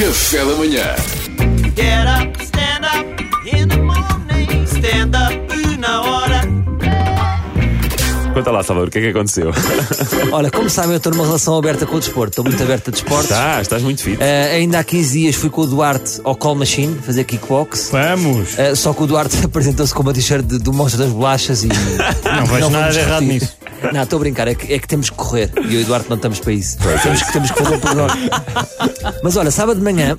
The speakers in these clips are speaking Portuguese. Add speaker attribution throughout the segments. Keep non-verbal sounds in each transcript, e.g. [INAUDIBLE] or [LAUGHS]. Speaker 1: Café da manhã.
Speaker 2: Get up, stand up in the morning. Stand up na hora.
Speaker 3: Conta lá, Salvador, o que é que aconteceu?
Speaker 4: Olha, como sabem, eu estou numa relação aberta com o desporto, estou muito aberta a desportos.
Speaker 3: Tá, estás muito fit.
Speaker 4: Ah, ainda há 15 dias fui com o Duarte ao Call Machine fazer kickbox.
Speaker 5: Vamos!
Speaker 4: Ah, só que o Duarte [LAUGHS] apresentou-se com uma t-shirt de- do Monstro das
Speaker 3: [LAUGHS]
Speaker 4: Bolachas e. Não
Speaker 5: vejo
Speaker 4: vamos
Speaker 5: nada de errado
Speaker 4: discutir.
Speaker 5: nisso.
Speaker 4: Não, estou a brincar, é que, é que temos que correr e eu e o Duarte não estamos para isso.
Speaker 3: é.
Speaker 4: Temos que, temos que fazer
Speaker 3: [LAUGHS]
Speaker 4: um programa. Mas olha, sábado de manhã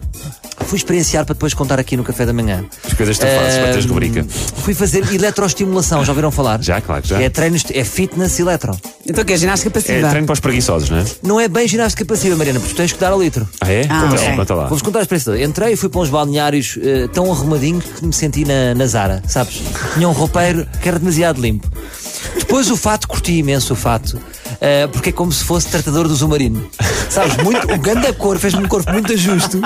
Speaker 4: fui experienciar para depois contar aqui no café da manhã.
Speaker 3: As coisas que tu fazes para teres
Speaker 4: Ahm,
Speaker 3: rubrica.
Speaker 4: Fui fazer eletroestimulação, já ouviram falar?
Speaker 3: Já, claro que já.
Speaker 4: É treinos, é fitness eletro.
Speaker 6: Então que é ginástica
Speaker 3: É
Speaker 6: passiva?
Speaker 3: treino para os preguiçosos, não é?
Speaker 4: Não é bem ginástica passiva, Mariana, porque tu tens que dar ao litro.
Speaker 3: Ah, é?
Speaker 6: Ah,
Speaker 3: conta,
Speaker 6: ok.
Speaker 3: lá, conta lá.
Speaker 4: Vou-vos contar a experiência toda. Entrei e fui para uns balneários eh, tão arrumadinhos que me senti na, na Zara, sabes? Tinha um roupeiro que era demasiado limpo. Depois o fato, curti imenso o fato, eh, porque é como se fosse tratador do submarino. Sabes? Muito, o grande cor fez-me um corpo muito ajusto.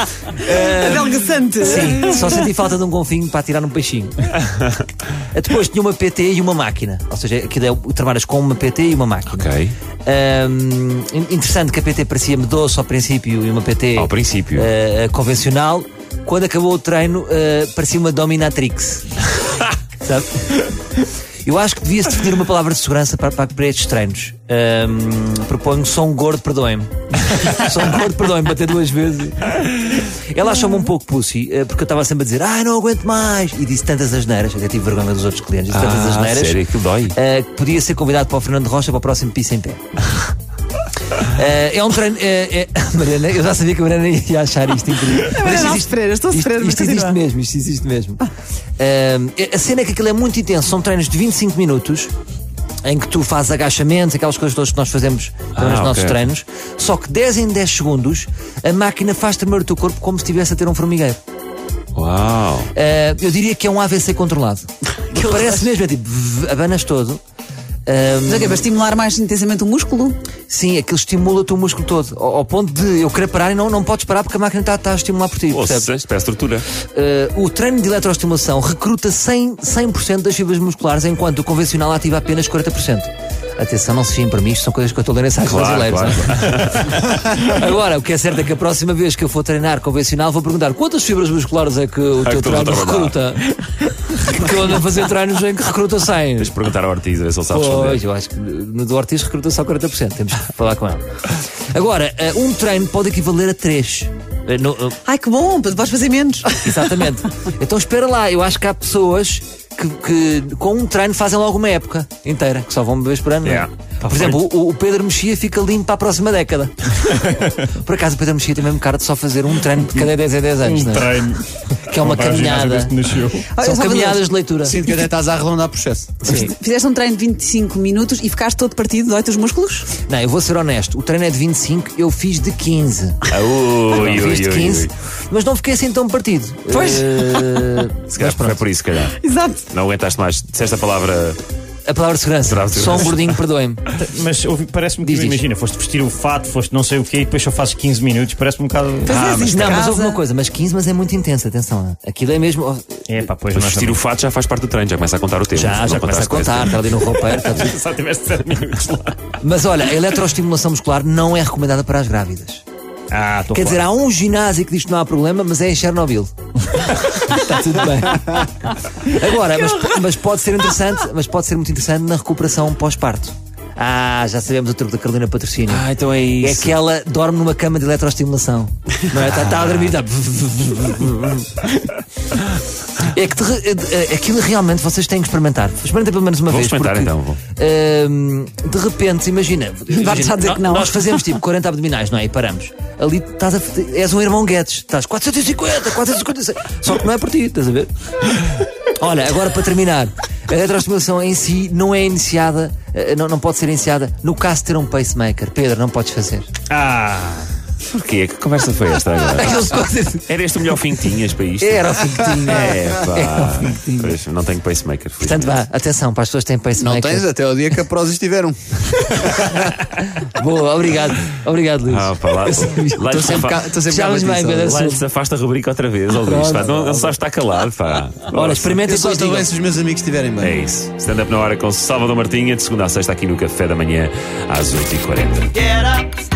Speaker 6: Ah, Adelgaçante.
Speaker 4: Sim, só senti falta de um golfinho para tirar um
Speaker 3: [LAUGHS]
Speaker 4: peixinho. Depois tinha uma PT e uma máquina. Ou seja, aquilo é, trabalhas com uma PT e uma máquina.
Speaker 3: Ok.
Speaker 4: Ahm, in- interessante que a PT parecia-me doce ao princípio e uma PT
Speaker 3: Ao princípio.
Speaker 4: ah, convencional. Quando acabou o treino, ah, parecia uma dominatrix.
Speaker 3: [LAUGHS]
Speaker 4: Sabe? Eu acho que devia-se definir uma palavra de segurança para, para, para estes treinos. Ahm, proponho som
Speaker 3: [LAUGHS]
Speaker 4: gordo, perdoem-me. som gordo, perdoem-me, bater duas vezes. Ela achou-me um pouco pussy, eh, porque eu estava sempre a dizer, ah, não aguento mais. E disse tantas asneiras, até tive vergonha dos outros clientes, disse tantas
Speaker 3: Ah,
Speaker 4: asneiras.
Speaker 3: sério, aquilo dói.
Speaker 4: eh, que podia ser convidado para o Fernando Rocha para o próximo piso em pé. Eh, é um treino. eh, [LAUGHS] é- Mariana, eu já sabia que a Mariana ia achar isto incrível. Mas
Speaker 6: É, Mariana,
Speaker 4: isto
Speaker 6: a
Speaker 4: existe-
Speaker 6: sofrer, eu estou a
Speaker 4: isto-
Speaker 6: sofrer, mas
Speaker 4: Isto existe
Speaker 6: continua.
Speaker 4: mesmo, isto existe mesmo. Eh, a cena é que aquilo é muito intenso, são treinos de 25 minutos. Em que tu fazes agachamentos, aquelas coisas todas que nós fazemos nos
Speaker 3: Ah, ok.
Speaker 4: nossos treinos, só que 10 em 10 segundos a máquina faz tremer o teu corpo como se estivesse a ter um formigueiro.
Speaker 3: Uau!
Speaker 4: Uh, eu diria que é um
Speaker 6: [LAUGHS]
Speaker 4: AVC controlado. que parece mesmo, é tipo, vzz, abanas todo. Um,
Speaker 6: Mas é que é para estimular mais intensamente o músculo?
Speaker 4: sim, aquilo estimula o teu músculo todo, ao, ao ponto de eu querer parar e não, não podes parar porque a máquina está está a estimular por ti. percebes?
Speaker 3: Ouça, isto parece tortura.
Speaker 4: Uh, o treino de eletroestimulação recruta 100%, 100 das fibras musculares, enquanto o convencional ativa apenas 40%. Atenção, não se fiem para mim, isto são coisas que eu estou a ler em sites
Speaker 3: Claro,
Speaker 4: brasileiros.
Speaker 3: claro.
Speaker 4: não é? [LAUGHS] Agora, o que é certo é que a próxima vez que eu for treinar convencional, vou perguntar quantas fibras musculares é que o
Speaker 3: que
Speaker 4: teu
Speaker 3: tu não estás
Speaker 4: treino
Speaker 3: a
Speaker 4: recruta? [LAUGHS] Porque eu ando a fazer treinos em que recruta 100.
Speaker 3: Tens de perguntar ao Ortiz, Tá a ver se ele sabe responder.
Speaker 4: Pois, eu acho que no do Ortiz recruta só 40%. Temos que falar com ela. Agora, eh, um treino pode equivaler a 3.
Speaker 6: Ai que bom, podes fazer menos.
Speaker 4: eh, Exatamente. Então espera lá, eu acho que há pessoas que, que com um treino fazem logo uma época inteira, que só vão beber por ano. não é?
Speaker 3: Yeah. Tá
Speaker 4: Por exemplo, o, o Pedro Mexia fica limpo para a próxima década. por acaso o Pedro Mexia tem mesmo cara de só fazer um treino de cada 10 a 10 anos, não é?
Speaker 5: Treino.
Speaker 4: que é uma
Speaker 5: Vai ao
Speaker 4: caminhada.
Speaker 5: ginásio desde que nasceu.
Speaker 7: Ah,
Speaker 6: Olha,
Speaker 4: São
Speaker 6: Salvador,
Speaker 4: caminhadas de leitura.
Speaker 7: Sinto que é até estás a arredondar processo.
Speaker 4: Sim.
Speaker 6: Fizeste um treino de 25 minutos e ficaste todo partido, dói-te os músculos?
Speaker 4: Não, eu vou ser honesto. O treino é de 25, eu fiz de 15.
Speaker 3: Ah, ui, ui,
Speaker 4: fiz
Speaker 3: ui,
Speaker 4: de
Speaker 3: ui.
Speaker 4: 15, mas não fiquei assim tão partido.
Speaker 6: Pois.
Speaker 4: Eh,
Speaker 3: Se calhar foi por isso, se calhar.
Speaker 6: Exato.
Speaker 3: Não aguentaste mais. Disseste a palavra.
Speaker 4: a palavra de segurança.
Speaker 3: Palavra de
Speaker 4: Só
Speaker 3: segurança. Ah, [LAUGHS]
Speaker 4: um gordinho, perdoe-me.
Speaker 5: Mas ouvi- parece-me que,
Speaker 4: Diz, diz.
Speaker 5: imagina, foste vestir o fato, foste não sei o quê, e depois só fazes 15 minutos, parece-me um bocado.
Speaker 6: é,
Speaker 5: mas-
Speaker 6: existe.
Speaker 4: Não, mas
Speaker 6: Casa.
Speaker 4: houve uma coisa, mas 15, mas é muito intenso, atenção. Aquilo é mesmo.
Speaker 5: é pá, pois
Speaker 3: Mas
Speaker 5: nós
Speaker 3: vestir o
Speaker 5: [LAUGHS] também.
Speaker 3: fato já faz parte do treino, já começa a contar o tempo.
Speaker 4: Já,
Speaker 3: Não
Speaker 4: já começa a
Speaker 3: contaste
Speaker 4: contar, está ali no roupeiro, está tudo.
Speaker 5: Só tiveste 7 minutos lá.
Speaker 4: Mas olha, a eletroestimulação muscular não é recomendada para as grávidas.
Speaker 5: Ah, estou
Speaker 4: Quer dizer, há um ginásio que diz que não há problema, mas é em
Speaker 3: [LAUGHS]
Speaker 4: Chernobyl. Está tudo bem. Agora, mas, mas pode ser interessante, mas pode ser muito interessante na recuperação pós-parto. Ah, já sabemos o truque da Carolina Patrocínio.
Speaker 3: Ah, então é
Speaker 4: é
Speaker 3: isso.
Speaker 4: que ela dorme numa cama de eletroestimulação. Não é? Está tá a dormir, está. É que te re- eh, eh, aquilo realmente vocês têm que experimentar. Experimentem pelo menos uma
Speaker 3: Vou
Speaker 4: vez.
Speaker 3: experimentar,
Speaker 4: porque,
Speaker 3: então, vou.
Speaker 4: ehm, de repente, imagina. imagina,
Speaker 6: já dizer
Speaker 4: nó-
Speaker 6: que não.
Speaker 4: Nós fazemos tipo 40 abdominais, não é? E paramos. Ali estás a, és um irmão Guedes. Estás 450, 456. Só que não é por ti, estás a ver? Olha, agora para terminar. A eletroestimulação em si não é iniciada, eh, não, não pode ser iniciada no caso de ter um pacemaker. Pedro, não podes fazer.
Speaker 5: Ah,
Speaker 3: Porquê? Que conversa foi esta
Speaker 4: [LAUGHS]
Speaker 3: agora?
Speaker 4: Aqueles coisas.
Speaker 3: Era este o melhor fim que tinhas para isto?
Speaker 4: Era o
Speaker 3: [LAUGHS]
Speaker 4: fim que tinha.
Speaker 3: É, pá.
Speaker 4: Era o fim que tinha.
Speaker 3: Pois, não tenho pacemaker.
Speaker 4: Portanto,
Speaker 3: felizmente.
Speaker 4: vá, atenção para as pessoas que têm pacemaker.
Speaker 7: Não tens até o dia que a prosa estiver um.
Speaker 4: Boa, obrigado. Obrigado, Luís.
Speaker 3: Ah, pá, lá. [LAUGHS] lá
Speaker 7: Estou sempre cá- estou sempre cá
Speaker 4: Já vamos
Speaker 7: batido, Salvador.
Speaker 4: bem, Pedro.
Speaker 3: Lá se afasta a rubrica outra vez, ó Luís. pá. Não, não sabes estar calado, pá.
Speaker 4: Olha,
Speaker 3: Nossa.
Speaker 4: experimentem
Speaker 7: Eu só
Speaker 4: depois
Speaker 7: estou
Speaker 4: digam.
Speaker 7: bem se os meus amigos estiverem bem.
Speaker 3: É isso. Stand-up na hora com Salvador Martinha, de segunda a sexta, aqui no Café da Manhã, às 8h40.
Speaker 2: Get up, stand